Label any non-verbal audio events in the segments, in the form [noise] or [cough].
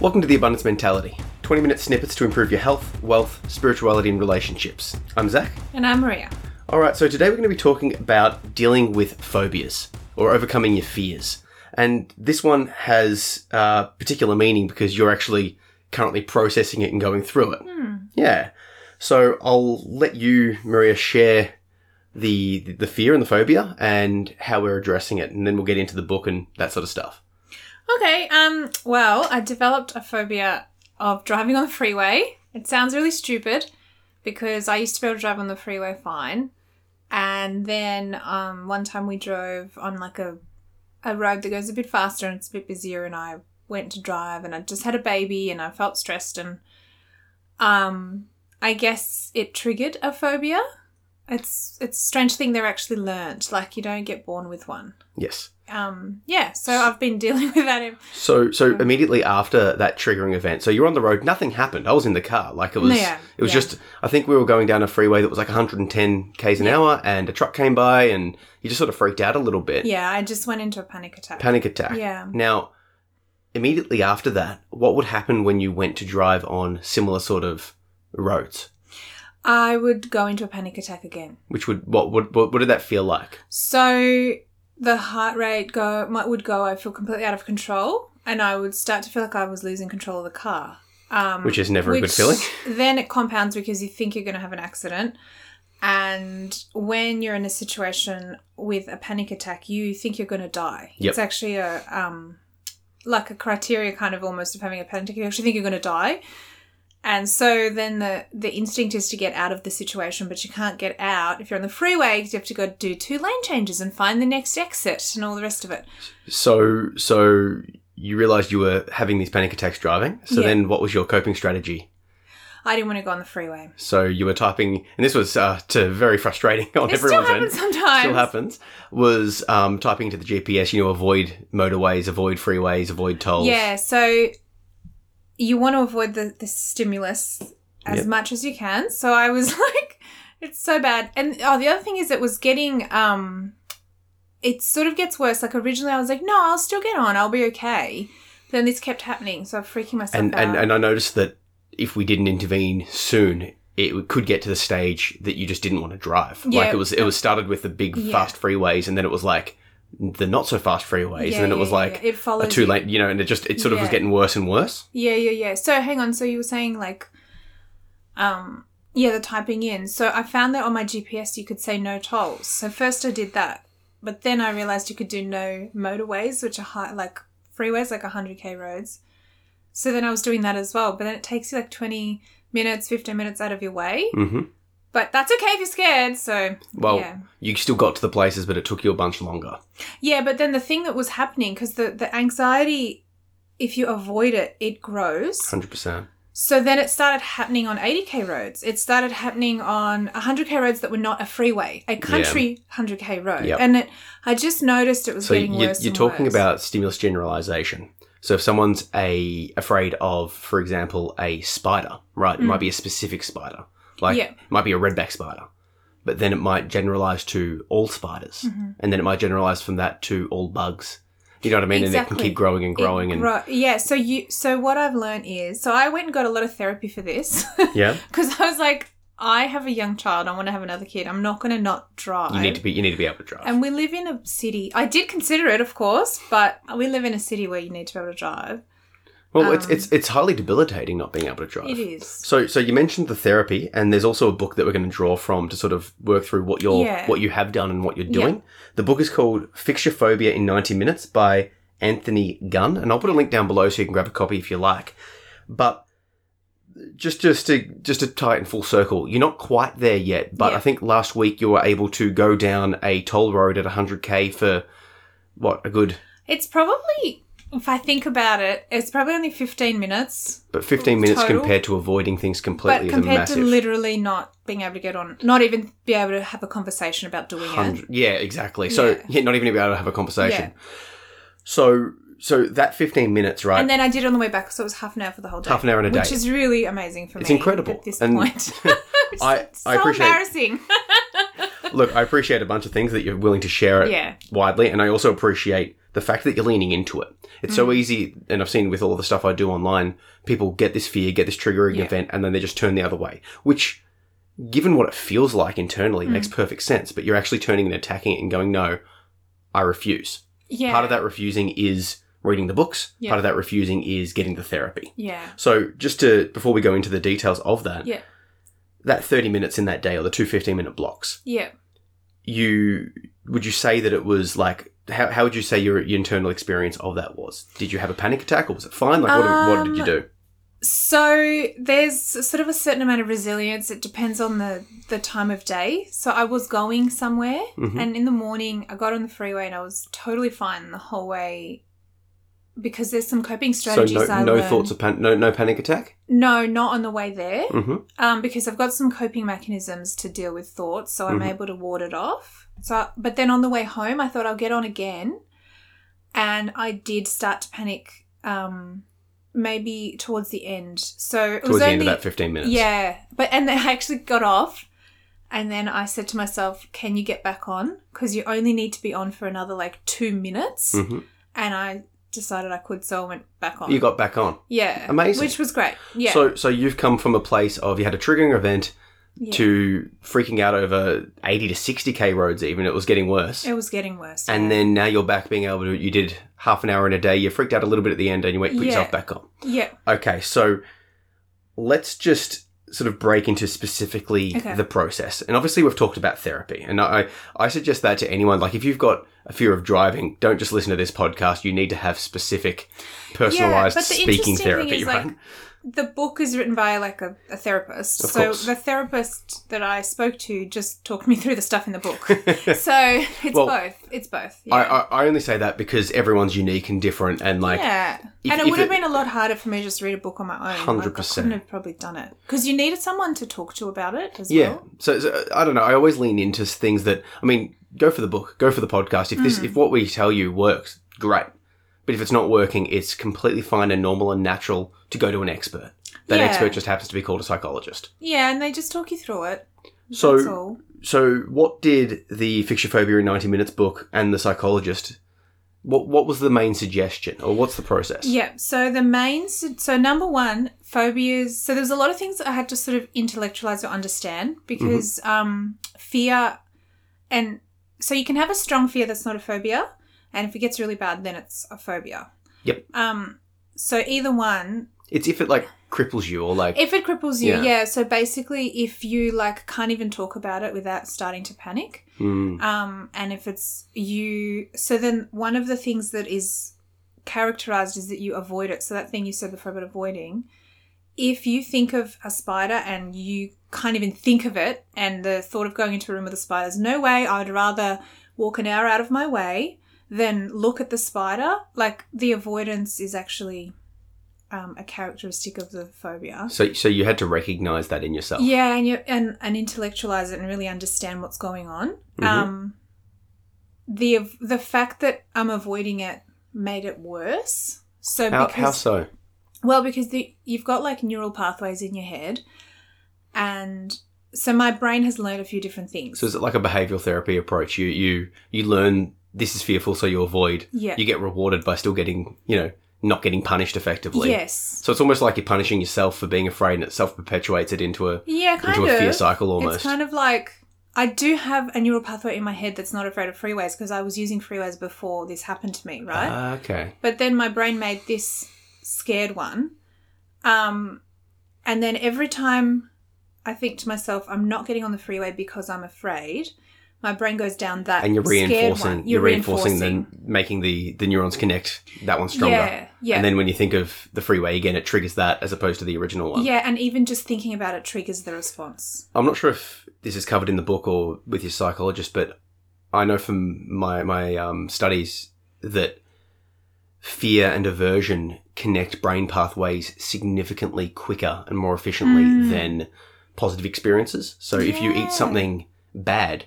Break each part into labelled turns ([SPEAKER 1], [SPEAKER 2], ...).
[SPEAKER 1] Welcome to The Abundance Mentality 20 minute snippets to improve your health, wealth, spirituality, and relationships. I'm Zach.
[SPEAKER 2] And I'm Maria.
[SPEAKER 1] All right, so today we're going to be talking about dealing with phobias or overcoming your fears. And this one has uh, particular meaning because you're actually currently processing it and going through it. Yeah. So I'll let you, Maria, share the the fear and the phobia and how we're addressing it, and then we'll get into the book and that sort of stuff.
[SPEAKER 2] Okay, um, well, I developed a phobia of driving on the freeway. It sounds really stupid because I used to be able to drive on the freeway fine. And then um, one time we drove on like a, a road that goes a bit faster and it's a bit busier, and I went to drive and I just had a baby and I felt stressed and um, I guess it triggered a phobia. It's it's a strange thing they're actually learnt. Like you don't get born with one.
[SPEAKER 1] Yes.
[SPEAKER 2] um yeah so i've been [laughs] dealing with that in-
[SPEAKER 1] So so immediately after that triggering event, so you're on the road, nothing happened. I was in the car, like it was.
[SPEAKER 2] Yeah,
[SPEAKER 1] it was
[SPEAKER 2] yeah.
[SPEAKER 1] just. I think we were going down a freeway that was like 110 k's an hour, and a truck came by, and you just sort of freaked out a little bit.
[SPEAKER 2] yeah i just went into a panic attack
[SPEAKER 1] Panic attack.
[SPEAKER 2] yeah
[SPEAKER 1] Now, immediately after that, what would happen when you went to drive on similar sort of roads?
[SPEAKER 2] i would go into a panic attack again
[SPEAKER 1] Which would what would what, what did that feel like?
[SPEAKER 2] so the heart rate go might would go i feel completely out of control and i would start to feel like i was losing control of the car um
[SPEAKER 1] Which is never a good
[SPEAKER 2] which
[SPEAKER 1] feeling.
[SPEAKER 2] Then it compounds because you think you're going to have an accident. And when you're in a situation with a panic attack, you think you're going to die.
[SPEAKER 1] Yep.
[SPEAKER 2] It's actually a um, like a criteria kind of almost of having a panic attack. You actually think you're going to die. And so then the, the instinct is to get out of the situation, but you can't get out. If you're on the freeway, you have to go do two lane changes and find the next exit and all the rest of it.
[SPEAKER 1] So so you realized you were having these panic attacks driving. So
[SPEAKER 2] Yeah.
[SPEAKER 1] then, what was your coping strategy?
[SPEAKER 2] I didn't want to go on the freeway.
[SPEAKER 1] So you were typing, and this was uh, to very frustrating [laughs] on
[SPEAKER 2] It still
[SPEAKER 1] everyone's end.
[SPEAKER 2] happens sometimes.
[SPEAKER 1] Still happens. Was um, typing into the GPS, you know, avoid motorways, avoid freeways, avoid tolls.
[SPEAKER 2] Yeah, so you want to avoid the, the stimulus as
[SPEAKER 1] Yep.
[SPEAKER 2] much as you can. So I was [laughs] like, it's so bad. And oh, the other thing is, it was getting um, it sort of gets worse. Like originally, I was like, no, I'll still get on. I'll be okay. Then this kept happening, so I'm freaking myself
[SPEAKER 1] And,
[SPEAKER 2] out.
[SPEAKER 1] and and I noticed that if we didn't intervene soon, it could get to the stage that you just didn't want to drive.
[SPEAKER 2] Yeah.
[SPEAKER 1] Like it was, it was started with the big
[SPEAKER 2] Yeah.
[SPEAKER 1] fast freeways, and then it was like the not so fast freeways, and then it was like
[SPEAKER 2] it
[SPEAKER 1] a
[SPEAKER 2] follows
[SPEAKER 1] too
[SPEAKER 2] you.
[SPEAKER 1] late, you know, and it just it sort of was
[SPEAKER 2] Yeah.
[SPEAKER 1] getting worse and worse.
[SPEAKER 2] Yeah, yeah, yeah. So hang on. So you were saying like, um, yeah, the typing in. So I found that on my GPS you could say no tolls. So first I did that, but then I realized you could do no motorways, which are high, like freeways, like hundred k roads. So then I was doing that as well, but then it takes you like twenty minutes, fifteen minutes out of your way.
[SPEAKER 1] hmm
[SPEAKER 2] But that's okay if you're scared. So
[SPEAKER 1] Well,
[SPEAKER 2] yeah.
[SPEAKER 1] you still got to the places, but it took you a bunch longer.
[SPEAKER 2] Yeah, but then the thing that was happening because the the anxiety, if you avoid it, it grows.
[SPEAKER 1] Hundred percent.
[SPEAKER 2] So then it started happening on 80k roads. It started happening on 100k roads that were not a freeway, a country 100k road.
[SPEAKER 1] Yep.
[SPEAKER 2] And it, I just noticed it was
[SPEAKER 1] So
[SPEAKER 2] getting
[SPEAKER 1] you,
[SPEAKER 2] worse.
[SPEAKER 1] you're
[SPEAKER 2] and
[SPEAKER 1] talking
[SPEAKER 2] worse.
[SPEAKER 1] about stimulus generalization. So if someone's a afraid of, for example, a spider, right? It
[SPEAKER 2] Mm.
[SPEAKER 1] might be a specific spider, like
[SPEAKER 2] Yeah.
[SPEAKER 1] it might be a redback spider, but then it might generalize to all spiders,
[SPEAKER 2] Mhm.
[SPEAKER 1] and then it might generalize from that to all bugs. You know what I mean? And it can
[SPEAKER 2] Exactly.
[SPEAKER 1] keep growing and
[SPEAKER 2] It
[SPEAKER 1] growing, and
[SPEAKER 2] gro- yeah. So you, so what I've learned is, so I went and got a lot of therapy for this
[SPEAKER 1] [laughs]
[SPEAKER 2] [laughs]
[SPEAKER 1] yeah,
[SPEAKER 2] because I was like, I have a young child. I want to have another kid. I'm not going to not drive.
[SPEAKER 1] you need to be you need to be able to drive.
[SPEAKER 2] And we live in a city. I did consider it, of course, but we live in a city where you need to be able to drive.
[SPEAKER 1] well, it's
[SPEAKER 2] um,
[SPEAKER 1] it's it's highly debilitating not being able to drive.
[SPEAKER 2] It is.
[SPEAKER 1] So, so you mentioned the therapy, and there's also a book that we're going to draw from to sort of work through what you're,
[SPEAKER 2] Yeah.
[SPEAKER 1] what you have done and what you're
[SPEAKER 2] Yeah.
[SPEAKER 1] doing. The book is called "Fix Your Phobia in 90 Minutes" by Anthony Gunn, and I'll put a link down below so you can grab a copy if you like. But just, just to just to tie it in full circle, you're not quite there yet. But
[SPEAKER 2] Yeah.
[SPEAKER 1] I think last week you were able to go down a toll road at 100k for what a good,
[SPEAKER 2] It's probably, if I think about it, it's probably only 15 minutes,
[SPEAKER 1] but 15 minutes
[SPEAKER 2] Total.
[SPEAKER 1] compared to avoiding things completely
[SPEAKER 2] but
[SPEAKER 1] is a
[SPEAKER 2] compared
[SPEAKER 1] massive.
[SPEAKER 2] to literally not being able to get on, not even be able to have a conversation about doing it.
[SPEAKER 1] Hundred- Yeah, exactly. So
[SPEAKER 2] Yeah.
[SPEAKER 1] yeah. not even be able to have a conversation. So so that fifteen minutes, right?
[SPEAKER 2] And then I did it on the way back, so it was half an hour for the whole day.
[SPEAKER 1] Half an hour and a
[SPEAKER 2] Which
[SPEAKER 1] day.
[SPEAKER 2] is really amazing for
[SPEAKER 1] It's [laughs]
[SPEAKER 2] me.
[SPEAKER 1] incredible.
[SPEAKER 2] At this
[SPEAKER 1] And
[SPEAKER 2] point. [laughs] It's
[SPEAKER 1] I I
[SPEAKER 2] so
[SPEAKER 1] appreciate
[SPEAKER 2] embarrassing.
[SPEAKER 1] Look, I appreciate a bunch of things that you're willing to share it
[SPEAKER 2] Yeah.
[SPEAKER 1] widely, and I also appreciate the fact that you're leaning into it. It's
[SPEAKER 2] Mm.
[SPEAKER 1] so easy, and I've seen with all the stuff I do online, people get this fear, get this triggering
[SPEAKER 2] Yeah.
[SPEAKER 1] event, and then they just turn the other way, which, given what it feels like internally,
[SPEAKER 2] Mm.
[SPEAKER 1] makes perfect sense. But you're actually turning and attacking it and going, no, I refuse.
[SPEAKER 2] Yeah.
[SPEAKER 1] Part of that refusing is reading the books,
[SPEAKER 2] Yeah.
[SPEAKER 1] part of that refusing is getting the therapy.
[SPEAKER 2] Yeah.
[SPEAKER 1] So, just to, before we go into the details of that,
[SPEAKER 2] Yeah.
[SPEAKER 1] that 30 minutes in that day or the two 15 minute blocks,
[SPEAKER 2] Yeah.
[SPEAKER 1] you would you say that it was like how, how would you say your, your internal experience of that was? Did you have a panic attack or was it fine? Like what, what did you
[SPEAKER 2] Um,
[SPEAKER 1] do?
[SPEAKER 2] So there's sort of a certain amount of resilience. It depends on the the time of day. So I was going somewhere,
[SPEAKER 1] Mhm.
[SPEAKER 2] and in the morning I got on the freeway and I was totally fine the whole way. Because there's some coping
[SPEAKER 1] So
[SPEAKER 2] strategies
[SPEAKER 1] no,
[SPEAKER 2] I
[SPEAKER 1] no
[SPEAKER 2] learned.
[SPEAKER 1] thoughts of pan- no no panic attack.
[SPEAKER 2] no, not on the way there.
[SPEAKER 1] hmm
[SPEAKER 2] um, because I've got some coping mechanisms to deal with thoughts, so I'm
[SPEAKER 1] Mhm.
[SPEAKER 2] able to ward it off. So, but then on the way home, I thought I'll get on again, and I did start to panic, um, maybe towards the end. So it
[SPEAKER 1] Towards
[SPEAKER 2] was
[SPEAKER 1] the
[SPEAKER 2] only
[SPEAKER 1] end of that fifteen minutes.
[SPEAKER 2] yeah, but and then [laughs] I actually got off, and then I said to myself, "Can you get back on? Because you only need to be on for another like two minutes."
[SPEAKER 1] hmm
[SPEAKER 2] And I decided I could, so I went back on.
[SPEAKER 1] You got back on.
[SPEAKER 2] yeah,
[SPEAKER 1] Amazing.
[SPEAKER 2] which was great. Yeah,
[SPEAKER 1] So so you've come from a place of you had a triggering event
[SPEAKER 2] yeah.
[SPEAKER 1] to freaking out over eighty to sixty k roads. Even it was getting worse.
[SPEAKER 2] it was getting worse. yeah.
[SPEAKER 1] and then now you're back being able to. You did half an hour in a day. You freaked out a little bit at the end, and you went put
[SPEAKER 2] Yeah.
[SPEAKER 1] yourself back on.
[SPEAKER 2] yeah.
[SPEAKER 1] Okay, so let's just sort of break into specifically
[SPEAKER 2] Okay.
[SPEAKER 1] the process. And obviously, we've talked about therapy, and I I suggest that to anyone. Like, if you've got a fear of driving, don't just listen to this podcast. You need to have specific, personalized
[SPEAKER 2] but the
[SPEAKER 1] speaking
[SPEAKER 2] interesting thing
[SPEAKER 1] therapy,
[SPEAKER 2] is,
[SPEAKER 1] right?
[SPEAKER 2] like, the book is written by like a, a therapist.
[SPEAKER 1] Of
[SPEAKER 2] so
[SPEAKER 1] course.
[SPEAKER 2] the therapist that I spoke to just talked me through the stuff in
[SPEAKER 1] [laughs]
[SPEAKER 2] the book. so it's
[SPEAKER 1] Well,
[SPEAKER 2] both. It's both. Yeah.
[SPEAKER 1] I, I I only say that because everyone's unique and different, and like
[SPEAKER 2] yeah.
[SPEAKER 1] if-
[SPEAKER 2] and it
[SPEAKER 1] if
[SPEAKER 2] would have
[SPEAKER 1] it-
[SPEAKER 2] been a lot harder for me to just read a book on my own. Like, I
[SPEAKER 1] 100%.
[SPEAKER 2] couldn't have probably done it because you needed someone to talk to about it as
[SPEAKER 1] Yeah.
[SPEAKER 2] well.
[SPEAKER 1] So, so I don't know. I always lean into things that I mean. Go for the book. Go for the podcast. If this,
[SPEAKER 2] Mm.
[SPEAKER 1] if what we tell you works, great. But if it's not working, it's completely fine and normal and natural to go to an expert. That
[SPEAKER 2] Yeah.
[SPEAKER 1] expert just happens to be called a psychologist.
[SPEAKER 2] Yeah, and they just talk you through it.
[SPEAKER 1] So-
[SPEAKER 2] That's all.
[SPEAKER 1] So, what did the Fix Your Phobia in ninety minutes book and the psychologist? What what was the main suggestion, or what's the process?
[SPEAKER 2] Yeah. So the main, so number one, phobias. So there's a lot of things that I had to sort of intellectualize or understand because
[SPEAKER 1] Mm-hmm.
[SPEAKER 2] um, fear, and so you can have a strong fear that's not a phobia, and if it gets really bad, then it's a phobia.
[SPEAKER 1] Yep.
[SPEAKER 2] Um. So either one,
[SPEAKER 1] It's if it like cripples you or like
[SPEAKER 2] if it cripples you,
[SPEAKER 1] Yeah.
[SPEAKER 2] yeah. So basically, if you like can't even talk about it without starting to panic,
[SPEAKER 1] Hmm.
[SPEAKER 2] um, and if it's you, so then one of the things that is characterized is that you avoid it. So that thing you said before about avoiding, if you think of a spider and you can't even think of it, and the thought of going into a room with a spider is no way. I'd rather walk an hour out of my way than look at the spider. Like the avoidance is actually um, a characteristic of the phobia.
[SPEAKER 1] so so you had to recognize that in yourself.
[SPEAKER 2] Yeah, and you and and intellectualize it and really understand what's going on.
[SPEAKER 1] Mhm.
[SPEAKER 2] Um, the av- the fact that I'm avoiding it made it worse. So
[SPEAKER 1] How,
[SPEAKER 2] because
[SPEAKER 1] how so?
[SPEAKER 2] well, because the, you've got like neural pathways in your head, and so my brain has learned a few different things.
[SPEAKER 1] So is it like a behavioral therapy approach? You you you learn this is fearful, so you avoid.
[SPEAKER 2] yeah.
[SPEAKER 1] You get rewarded by still getting you know not getting punished effectively.
[SPEAKER 2] yes.
[SPEAKER 1] So it's almost like you're punishing yourself for being afraid, and it self perpetuates it into a
[SPEAKER 2] Yeah. Kind
[SPEAKER 1] into a
[SPEAKER 2] of.
[SPEAKER 1] fear cycle almost.
[SPEAKER 2] It's kind of like I do have a neural pathway in my head that's not afraid of freeways because I was using freeways before this happened to me, right?
[SPEAKER 1] Ah, okay.
[SPEAKER 2] but then my brain made this scared one um and then every time i think to myself i'm not getting on the freeway because i'm afraid my brain goes down that
[SPEAKER 1] And you're
[SPEAKER 2] scared
[SPEAKER 1] reinforcing.
[SPEAKER 2] one.
[SPEAKER 1] You're, reinforcing, then making the the neurons connect that one stronger.
[SPEAKER 2] yeah yeah
[SPEAKER 1] And then when you think of the freeway again, it triggers that as opposed to the original one.
[SPEAKER 2] yeah and even just thinking about it triggers the response
[SPEAKER 1] I'm not sure if this is covered in the book or with your psychologist, but I know from my my um, studies that fear and aversion connect brain pathways significantly quicker and more efficiently
[SPEAKER 2] Mm.
[SPEAKER 1] than positive experiences. So if you
[SPEAKER 2] Yeah.
[SPEAKER 1] eat something bad,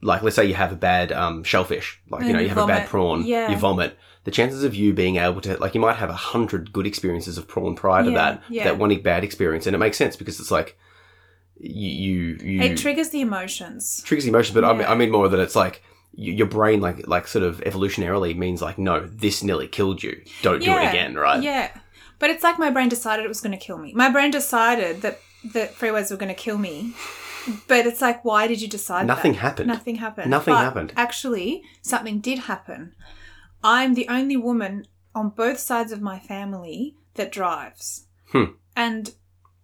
[SPEAKER 1] like let's say you have a bad um, shellfish, like you
[SPEAKER 2] And
[SPEAKER 1] know you
[SPEAKER 2] you
[SPEAKER 1] have a bad
[SPEAKER 2] vomit.
[SPEAKER 1] prawn,
[SPEAKER 2] Yeah.
[SPEAKER 1] you vomit. The chances of you being able to like you might have a hundred good experiences of prawn prior to
[SPEAKER 2] Yeah,
[SPEAKER 1] that, but
[SPEAKER 2] yeah.
[SPEAKER 1] that one bad experience, and it makes sense because it's like you you, you
[SPEAKER 2] It triggers the emotions.
[SPEAKER 1] triggers emotions, but I, mean,
[SPEAKER 2] Yeah.
[SPEAKER 1] I mean more that it's like y- your brain, like like sort of evolutionarily, means like no, this nearly killed you. Don't do it
[SPEAKER 2] Yeah.
[SPEAKER 1] again, right?
[SPEAKER 2] Yeah. But it's like my brain decided it was going to kill me. My brain decided that that freeways were going to kill me. But it's like, why did you decide that?
[SPEAKER 1] Nothing happened.
[SPEAKER 2] Nothing happened.
[SPEAKER 1] Nothing
[SPEAKER 2] But
[SPEAKER 1] happened.
[SPEAKER 2] Actually, something did happen. I'm the only woman on both sides of my family that drives.
[SPEAKER 1] Hmm.
[SPEAKER 2] And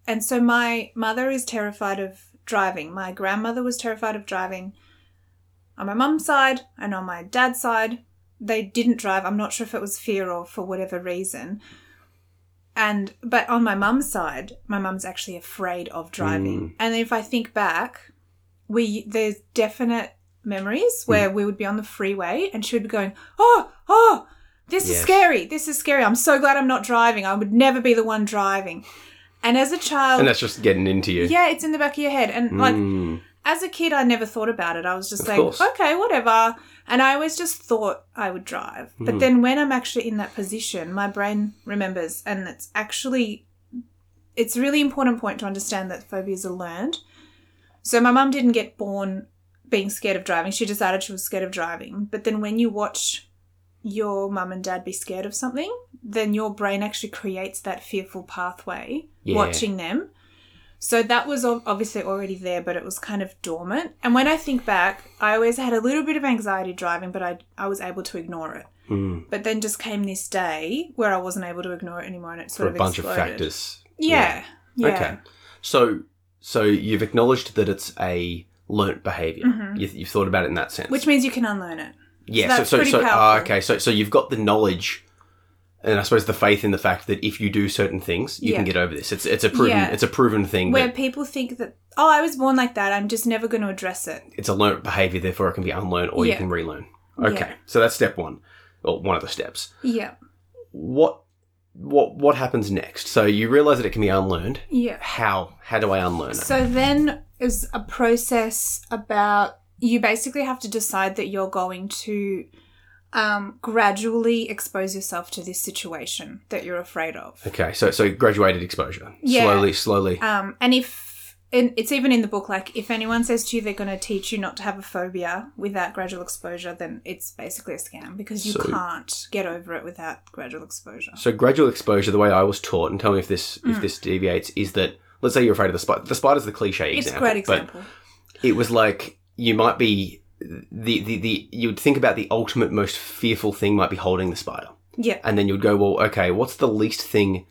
[SPEAKER 2] and so my mother is terrified of driving. My grandmother was terrified of driving. On my mum's side and on my dad's side, they didn't drive. I'm not sure if it was fear or for whatever reason. And but on my mum's side, my mum's actually afraid of driving. And if I think back, we there's definite memories where we would be on the freeway and she would be going, "Oh, oh, this is
[SPEAKER 1] Yes.
[SPEAKER 2] scary. This is scary. I'm so glad I'm not driving. I would never be the one driving." And as a child,
[SPEAKER 1] And that's just getting into you.
[SPEAKER 2] yeah, it's in the back of your head. And like
[SPEAKER 1] Mm.
[SPEAKER 2] as a kid, I never thought about it. I was just
[SPEAKER 1] Of
[SPEAKER 2] like,
[SPEAKER 1] course.
[SPEAKER 2] "Okay, whatever." And I always just thought I would drive.
[SPEAKER 1] Mm.
[SPEAKER 2] But then when I'm actually in that position, my brain remembers and it's actually it's a really important point to understand that phobias are learned. So my mum didn't get born being scared of driving. She decided she was scared of driving. But then when you watch your mum and dad be scared of something, then your brain actually creates that fearful pathway
[SPEAKER 1] Yeah.
[SPEAKER 2] watching them. So that was ob- obviously already there, but it was kind of dormant. And when I think back, I always had a little bit of anxiety driving, but I, I was able to ignore it.
[SPEAKER 1] Mm.
[SPEAKER 2] But then just came this day where I wasn't able to ignore it anymore, and it
[SPEAKER 1] for
[SPEAKER 2] sort
[SPEAKER 1] a
[SPEAKER 2] of
[SPEAKER 1] bunch
[SPEAKER 2] exploded.
[SPEAKER 1] of factors.
[SPEAKER 2] Yeah. yeah.
[SPEAKER 1] Okay. So so you've acknowledged that it's a learnt behavior.
[SPEAKER 2] Mhm.
[SPEAKER 1] You, you've thought about it in that sense.
[SPEAKER 2] Which means you can unlearn it.
[SPEAKER 1] yeah.
[SPEAKER 2] that's
[SPEAKER 1] so so,
[SPEAKER 2] pretty
[SPEAKER 1] so ah,
[SPEAKER 2] powerful.
[SPEAKER 1] okay. So so you've got the knowledge. And I suppose the faith in the fact that if you do certain things, you can
[SPEAKER 2] Yeah.
[SPEAKER 1] get over this. It's it's a proven
[SPEAKER 2] Yeah.
[SPEAKER 1] it's a proven thing.
[SPEAKER 2] Where
[SPEAKER 1] that
[SPEAKER 2] people think that, oh, I was born like that, I'm just never going to address it.
[SPEAKER 1] it's a learnt behavior, therefore it can be unlearned or you
[SPEAKER 2] Yeah.
[SPEAKER 1] can relearn.
[SPEAKER 2] Yeah.
[SPEAKER 1] Okay, so that's step one, or one of the steps.
[SPEAKER 2] Yeah.
[SPEAKER 1] What what what happens next? So you realize that it can be unlearned.
[SPEAKER 2] Yeah.
[SPEAKER 1] How how do I unlearn it?
[SPEAKER 2] So then is a process about you basically have to decide that you're going to um, gradually expose yourself to this situation that you're afraid of.
[SPEAKER 1] Okay, so so graduated exposure,
[SPEAKER 2] Yeah.
[SPEAKER 1] slowly, slowly.
[SPEAKER 2] Um, and if and it's even in the book, like if anyone says to you they're going to teach you not to have a phobia without gradual exposure, then it's basically a scam because you
[SPEAKER 1] So-
[SPEAKER 2] can't get over it without gradual exposure.
[SPEAKER 1] So gradual exposure, the way I was taught, and tell me if this if
[SPEAKER 2] Mm.
[SPEAKER 1] this deviates, is that let's say you're afraid of the spider. The spider's the cliche
[SPEAKER 2] It's a
[SPEAKER 1] example,
[SPEAKER 2] great example.
[SPEAKER 1] but it was like you might be the the, the you'd think about the ultimate most fearful thing might be holding the spider.
[SPEAKER 2] yeah.
[SPEAKER 1] and then you'd go, well, okay, what's the least thing,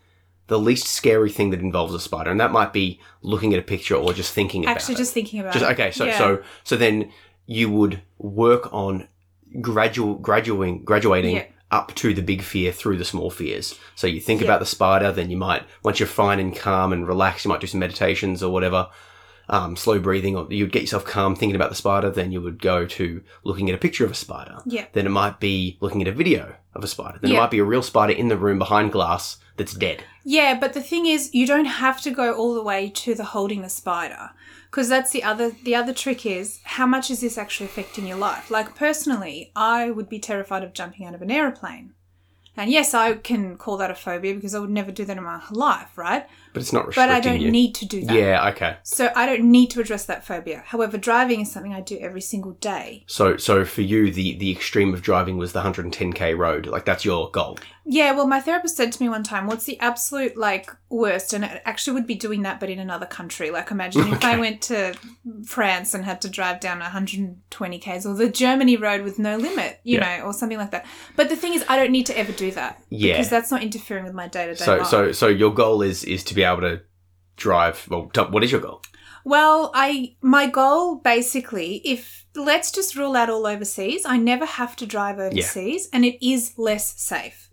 [SPEAKER 1] the least scary thing that involves a spider? And that might be looking at a picture or just thinking about
[SPEAKER 2] Actually,
[SPEAKER 1] it.
[SPEAKER 2] just thinking about
[SPEAKER 1] Just-
[SPEAKER 2] it.
[SPEAKER 1] okay. So
[SPEAKER 2] Yeah.
[SPEAKER 1] so so then you would work on gradual graduating graduating.
[SPEAKER 2] Yeah.
[SPEAKER 1] Up to the big fear through the small fears. So you think
[SPEAKER 2] Yeah.
[SPEAKER 1] about the spider, then you might, once you're fine and calm and relaxed, you might do some meditations or whatever, um, slow breathing, or you'd get yourself calm thinking about the spider. Then you would go to looking at a picture of a spider
[SPEAKER 2] Yeah.
[SPEAKER 1] then it might be looking at a video of a spider. Then it
[SPEAKER 2] Yeah.
[SPEAKER 1] might be a real spider in the room behind glass that's dead.
[SPEAKER 2] Yeah, but the thing is, you don't have to go all the way to the holding a spider, because that's the other the other trick is how much is this actually affecting your life? Like personally, I would be terrified of jumping out of an aeroplane, and yes, I can call that a phobia because I would never do that in my life, right?
[SPEAKER 1] But it's not
[SPEAKER 2] But
[SPEAKER 1] restricting
[SPEAKER 2] I don't
[SPEAKER 1] you.
[SPEAKER 2] need to do that.
[SPEAKER 1] yeah, okay.
[SPEAKER 2] So I don't need to address that phobia. However, driving is something I do every single day.
[SPEAKER 1] So so for you the the extreme of driving was the 110k road. Like that's your goal.
[SPEAKER 2] Yeah, well, my therapist said to me one time, "What's the absolute like worst?" And it actually would be doing that, but in another country. Like, imagine if I
[SPEAKER 1] Okay.
[SPEAKER 2] went to France and had to drive down 120 k's or the Germany road with no limit, you
[SPEAKER 1] Yeah.
[SPEAKER 2] know, or something like that. But the thing is, I don't need to ever do that
[SPEAKER 1] Yeah.
[SPEAKER 2] because that's not interfering with my day to day
[SPEAKER 1] So
[SPEAKER 2] life.
[SPEAKER 1] so so your goal is is to be able to drive well t- what is your goal?
[SPEAKER 2] Well, I my goal basically, if let's just rule out all overseas, I never have to drive overseas, and it is less safe.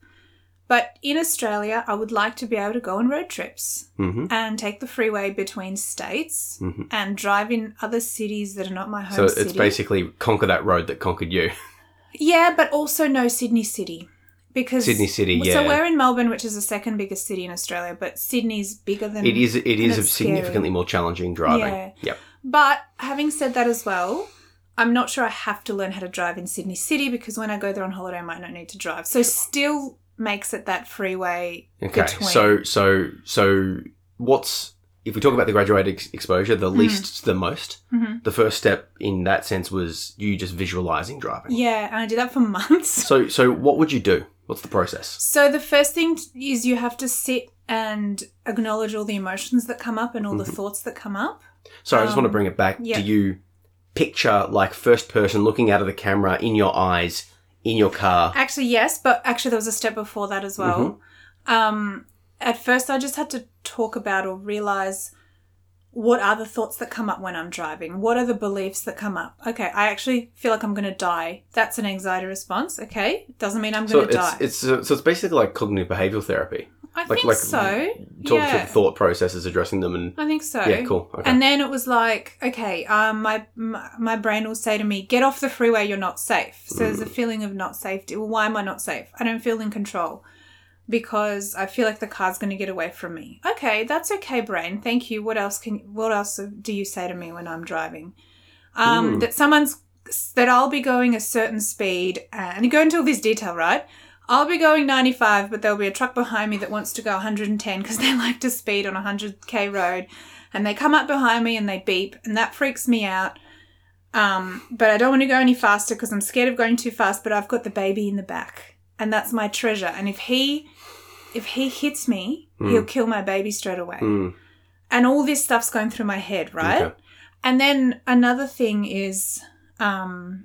[SPEAKER 2] But in Australia, I would like to be able to go on road trips.
[SPEAKER 1] Mhm.
[SPEAKER 2] and take the freeway between states
[SPEAKER 1] Mhm.
[SPEAKER 2] and drive in other cities that are not my home
[SPEAKER 1] So
[SPEAKER 2] city.
[SPEAKER 1] it's basically conquer that road that conquered you.
[SPEAKER 2] yeah, but also no Sydney city because
[SPEAKER 1] Sydney city, yeah.
[SPEAKER 2] So we're in Melbourne, which is the second biggest city in Australia, but Sydney's bigger than
[SPEAKER 1] it is it is a
[SPEAKER 2] it's scary.
[SPEAKER 1] significantly more challenging driving.
[SPEAKER 2] Yeah.
[SPEAKER 1] Yep.
[SPEAKER 2] But having said that as well, I'm not sure I have to learn how to drive in Sydney city because when I go there on holiday, I might not need to drive. So still makes it that freeway
[SPEAKER 1] Okay.
[SPEAKER 2] between.
[SPEAKER 1] So so so what's if we talk about the graduated ex- exposure,
[SPEAKER 2] Mm.
[SPEAKER 1] the least to the most, the first step in that sense was you just visualizing driving.
[SPEAKER 2] Yeah, and I did that for [laughs] months.
[SPEAKER 1] So, so what would you do? What's the process?
[SPEAKER 2] So the first thing t- is you have to sit and acknowledge all the emotions that come up and
[SPEAKER 1] Mm-hmm.
[SPEAKER 2] all the thoughts that come up.
[SPEAKER 1] Sorry, I just want to
[SPEAKER 2] Um,
[SPEAKER 1] bring it back.
[SPEAKER 2] yeah.
[SPEAKER 1] Do you picture like first person looking out of the camera in your eyes in your car?
[SPEAKER 2] Actually, yes, but actually there was a step before that as well.
[SPEAKER 1] Mm-hmm.
[SPEAKER 2] Um, at first, I just had to talk about or realize what are the thoughts that come up when I'm driving. What are the beliefs that come up? Okay, I actually feel like I'm going to die. That's an anxiety response. Okay, doesn't mean I'm
[SPEAKER 1] So
[SPEAKER 2] going to
[SPEAKER 1] it's,
[SPEAKER 2] die.
[SPEAKER 1] it's uh, so it's basically like cognitive behavioral therapy.
[SPEAKER 2] I
[SPEAKER 1] like-
[SPEAKER 2] think
[SPEAKER 1] like
[SPEAKER 2] so.
[SPEAKER 1] Talking through
[SPEAKER 2] Yeah,
[SPEAKER 1] the thought processes, addressing them, and
[SPEAKER 2] I think so.
[SPEAKER 1] yeah, cool. Okay.
[SPEAKER 2] And then it was like, okay, um, my, my my brain will say to me, "Get off the freeway. You're not safe." So there's
[SPEAKER 1] Mm.
[SPEAKER 2] a feeling of not safety. Well, why am I not safe? I don't feel in control because I feel like the car's going to get away from me. Okay, that's okay, brain. Thank you. What else can? What else do you say to me when I'm driving? Um,
[SPEAKER 1] Mm.
[SPEAKER 2] That someone's that I'll be going a certain speed, and you go into all this detail, right? I'll be going 95, but there'll be a truck behind me that wants to go 110 because [laughs] they like to speed on a 100k road. And they come up behind me and they beep, and that freaks me out. Um, but I don't want to go any faster because I'm scared of going too fast. But I've got the baby in the back, and that's my treasure. And if he, if he hits me,
[SPEAKER 1] Mm.
[SPEAKER 2] he'll kill my baby straight away.
[SPEAKER 1] Mm,
[SPEAKER 2] And all this stuff's going through my head, right?
[SPEAKER 1] okay.
[SPEAKER 2] And then another thing is um,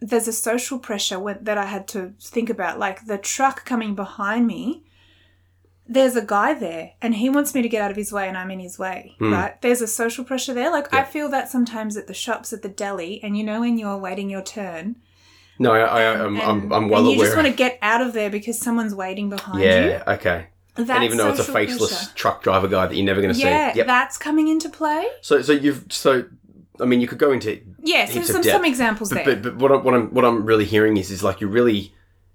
[SPEAKER 2] there's a social pressure when, that I had to think about, like the truck coming behind me. There's a guy there, and he wants me to get out of his way, and I'm in his way,
[SPEAKER 1] Hmm.
[SPEAKER 2] right? There's a social pressure there. Like I
[SPEAKER 1] Yeah.
[SPEAKER 2] feel that sometimes at the shops, at the deli, and you know when you're waiting your turn,
[SPEAKER 1] No, I, I, I'm, I'm,
[SPEAKER 2] and,
[SPEAKER 1] I'm well
[SPEAKER 2] and you
[SPEAKER 1] aware.
[SPEAKER 2] just want to get out of there because someone's waiting behind you.
[SPEAKER 1] yeah, okay.
[SPEAKER 2] That's
[SPEAKER 1] and even though it's a
[SPEAKER 2] social
[SPEAKER 1] faceless
[SPEAKER 2] pressure.
[SPEAKER 1] truck driver guy that you're never going to
[SPEAKER 2] yeah,
[SPEAKER 1] see. Yep.
[SPEAKER 2] that's coming into play.
[SPEAKER 1] so, so you've so, I mean, you could go into,
[SPEAKER 2] Yeah, so
[SPEAKER 1] Heaps
[SPEAKER 2] there's
[SPEAKER 1] of
[SPEAKER 2] some,
[SPEAKER 1] depth.
[SPEAKER 2] some examples
[SPEAKER 1] but,
[SPEAKER 2] there.
[SPEAKER 1] but, but what, I'm, what I'm what I'm really hearing is is like you're really,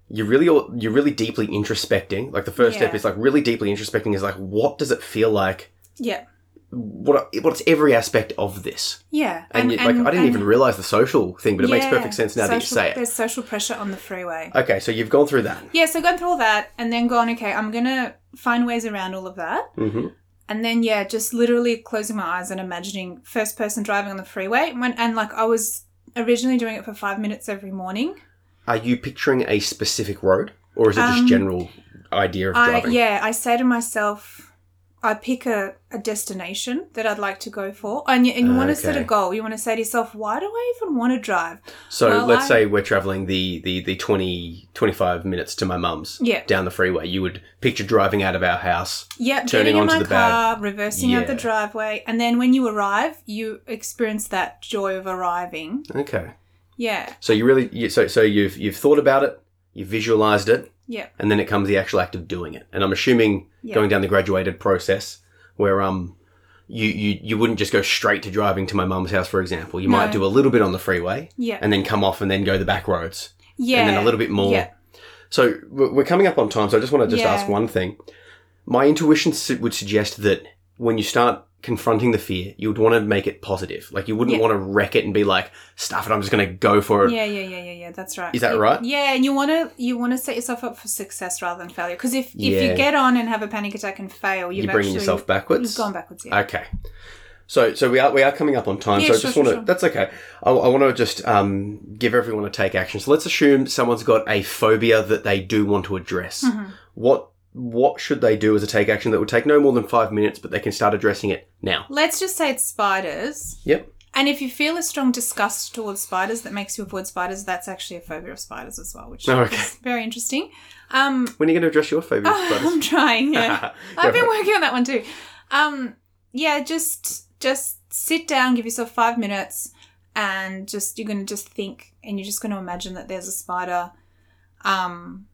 [SPEAKER 1] you're really all- you're really deeply introspecting. Like the first step
[SPEAKER 2] Yeah.
[SPEAKER 1] is like really deeply introspecting is like what does it feel like?
[SPEAKER 2] yeah,
[SPEAKER 1] What what's every aspect of this?
[SPEAKER 2] yeah.
[SPEAKER 1] And, you, like I didn't
[SPEAKER 2] and-
[SPEAKER 1] even realize the social thing, but it makes
[SPEAKER 2] Yeah.
[SPEAKER 1] perfect sense now that you
[SPEAKER 2] Social-
[SPEAKER 1] say it.
[SPEAKER 2] There's social pressure on the freeway.
[SPEAKER 1] Okay, so you've gone through that.
[SPEAKER 2] Yeah, so gone through all that and then gone, okay, I'm going to find ways around all of that.
[SPEAKER 1] hmm
[SPEAKER 2] And then, yeah, just literally closing my eyes and imagining first person driving on the freeway. When, and like I was originally doing it for five minutes every morning.
[SPEAKER 1] Are you picturing a specific road, or is it just
[SPEAKER 2] Um,
[SPEAKER 1] general idea of
[SPEAKER 2] I,
[SPEAKER 1] driving?
[SPEAKER 2] yeah, I say to myself, I pick a, a destination that I'd like to go for. And you, and you want to set a
[SPEAKER 1] Okay.
[SPEAKER 2] goal. You want to say to yourself, why do I even want to drive?
[SPEAKER 1] So
[SPEAKER 2] Well,
[SPEAKER 1] let's
[SPEAKER 2] I-
[SPEAKER 1] say we're traveling the, the, the 20, 25 minutes to my mum's
[SPEAKER 2] Yeah.
[SPEAKER 1] down the freeway. You would picture driving out of our house.
[SPEAKER 2] Yep,
[SPEAKER 1] turning
[SPEAKER 2] getting in
[SPEAKER 1] onto
[SPEAKER 2] my
[SPEAKER 1] the
[SPEAKER 2] car, reversing out the
[SPEAKER 1] Yeah.
[SPEAKER 2] driveway, and then when you arrive, you experience that joy of arriving.
[SPEAKER 1] Okay.
[SPEAKER 2] Yeah,
[SPEAKER 1] So you really you, so so you've you've thought about it, you've visualized it,
[SPEAKER 2] yeah,
[SPEAKER 1] and then it comes the actual act of doing it. And I'm assuming
[SPEAKER 2] Yeah.
[SPEAKER 1] going down the graduated process where um you, you you wouldn't just go straight to driving to my mum's house, for example. You might
[SPEAKER 2] No.
[SPEAKER 1] do a little bit on the freeway
[SPEAKER 2] yeah,
[SPEAKER 1] and then come off and then go the back roads.
[SPEAKER 2] yeah.
[SPEAKER 1] and then a little bit more.
[SPEAKER 2] Yeah.
[SPEAKER 1] So we're we're coming up on time, so I just want to just
[SPEAKER 2] Yeah.
[SPEAKER 1] ask one thing. My intuition su- would suggest that when you start confronting the fear, you would want to make it positive. Like you wouldn't
[SPEAKER 2] Yeah.
[SPEAKER 1] want to wreck it and be like, "Stuff it, I'm just going to go for it."
[SPEAKER 2] Yeah, yeah, yeah, yeah, yeah. That's right.
[SPEAKER 1] Is that
[SPEAKER 2] You-
[SPEAKER 1] right?
[SPEAKER 2] Yeah, and you want to you want to set yourself up for success rather than failure. Because if if
[SPEAKER 1] Yeah.
[SPEAKER 2] you get on and have a panic attack and fail, you've
[SPEAKER 1] You're bringing
[SPEAKER 2] actually,
[SPEAKER 1] yourself backwards.
[SPEAKER 2] You've gone backwards. Yeah.
[SPEAKER 1] Okay. So, so we are we are coming up on time.
[SPEAKER 2] Yeah,
[SPEAKER 1] so I
[SPEAKER 2] sure,
[SPEAKER 1] just
[SPEAKER 2] sure,
[SPEAKER 1] want to.
[SPEAKER 2] sure.
[SPEAKER 1] That's okay. I, I want to just um, give everyone a take action. So let's assume someone's got a phobia that they do want to address.
[SPEAKER 2] Mhm.
[SPEAKER 1] What what should they do as a take action that would take no more than five minutes, but they can start addressing it now?
[SPEAKER 2] Let's just say it's spiders.
[SPEAKER 1] Yep.
[SPEAKER 2] And if you feel a strong disgust towards spiders that makes you avoid spiders, that's actually a phobia of spiders as well, which
[SPEAKER 1] Oh, okay.
[SPEAKER 2] is very interesting. Um,
[SPEAKER 1] When are you going to address your
[SPEAKER 2] [laughs]
[SPEAKER 1] phobia?
[SPEAKER 2] Oh, I'm trying.
[SPEAKER 1] [laughs]
[SPEAKER 2] Yeah, I've been working on that one too. Um, yeah, just just sit down, give yourself five minutes, and just you're gonna just think, and you're just gonna imagine that there's a spider, um,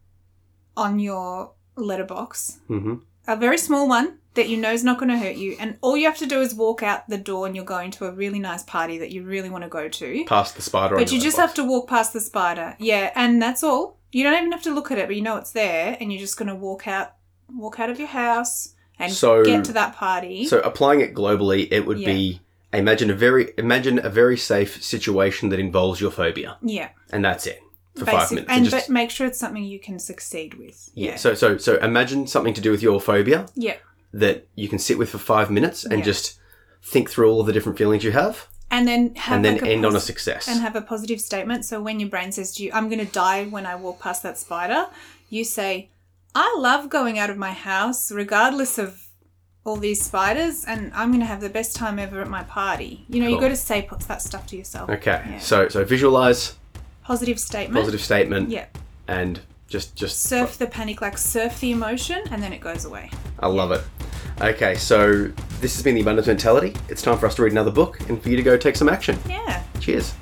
[SPEAKER 2] on your letterbox,
[SPEAKER 1] hmm
[SPEAKER 2] a very small one that you know is not gonna hurt you, and all you have to do is walk out the door, and you're going to a really nice party that you really want to go to.
[SPEAKER 1] Past the spider.
[SPEAKER 2] But you just have to walk past the spider. Yeah, and that's all. You don't even have to look at it, but you know it's there and you're just gonna walk out walk out of your house and
[SPEAKER 1] So-
[SPEAKER 2] get to that party.
[SPEAKER 1] So applying it globally, it would be imagine a very imagine a very safe situation that involves your phobia,
[SPEAKER 2] yeah.
[SPEAKER 1] and that's it for five
[SPEAKER 2] basic-
[SPEAKER 1] minutes.
[SPEAKER 2] And
[SPEAKER 1] just-
[SPEAKER 2] but make sure it's something you can succeed with.
[SPEAKER 1] Yeah. So so so imagine something to do with your phobia.
[SPEAKER 2] Yeah.
[SPEAKER 1] that you can sit with for five minutes and
[SPEAKER 2] Yeah.
[SPEAKER 1] just think through all of the different feelings you have
[SPEAKER 2] and then have
[SPEAKER 1] and then
[SPEAKER 2] like, a
[SPEAKER 1] end on a
[SPEAKER 2] pos-
[SPEAKER 1] success.
[SPEAKER 2] and have a positive statement. So when your brain says to you, "I'm going to die when I walk past that spider," you say, "I love going out of my house, regardless of all these spiders, and I'm going to have the best time ever at my party." You know, you
[SPEAKER 1] Cool.
[SPEAKER 2] got to say p- that stuff to yourself.
[SPEAKER 1] okay.
[SPEAKER 2] Yeah.
[SPEAKER 1] So so visualize
[SPEAKER 2] Positive statement.
[SPEAKER 1] positive statement
[SPEAKER 2] Yeah.
[SPEAKER 1] and just just
[SPEAKER 2] Surf the panic, like surf the emotion, and then it goes away.
[SPEAKER 1] I love it. Okay, so this has been the abundance mentality. It's time for us to read another book and for you to go take some action.
[SPEAKER 2] Yeah.
[SPEAKER 1] Cheers.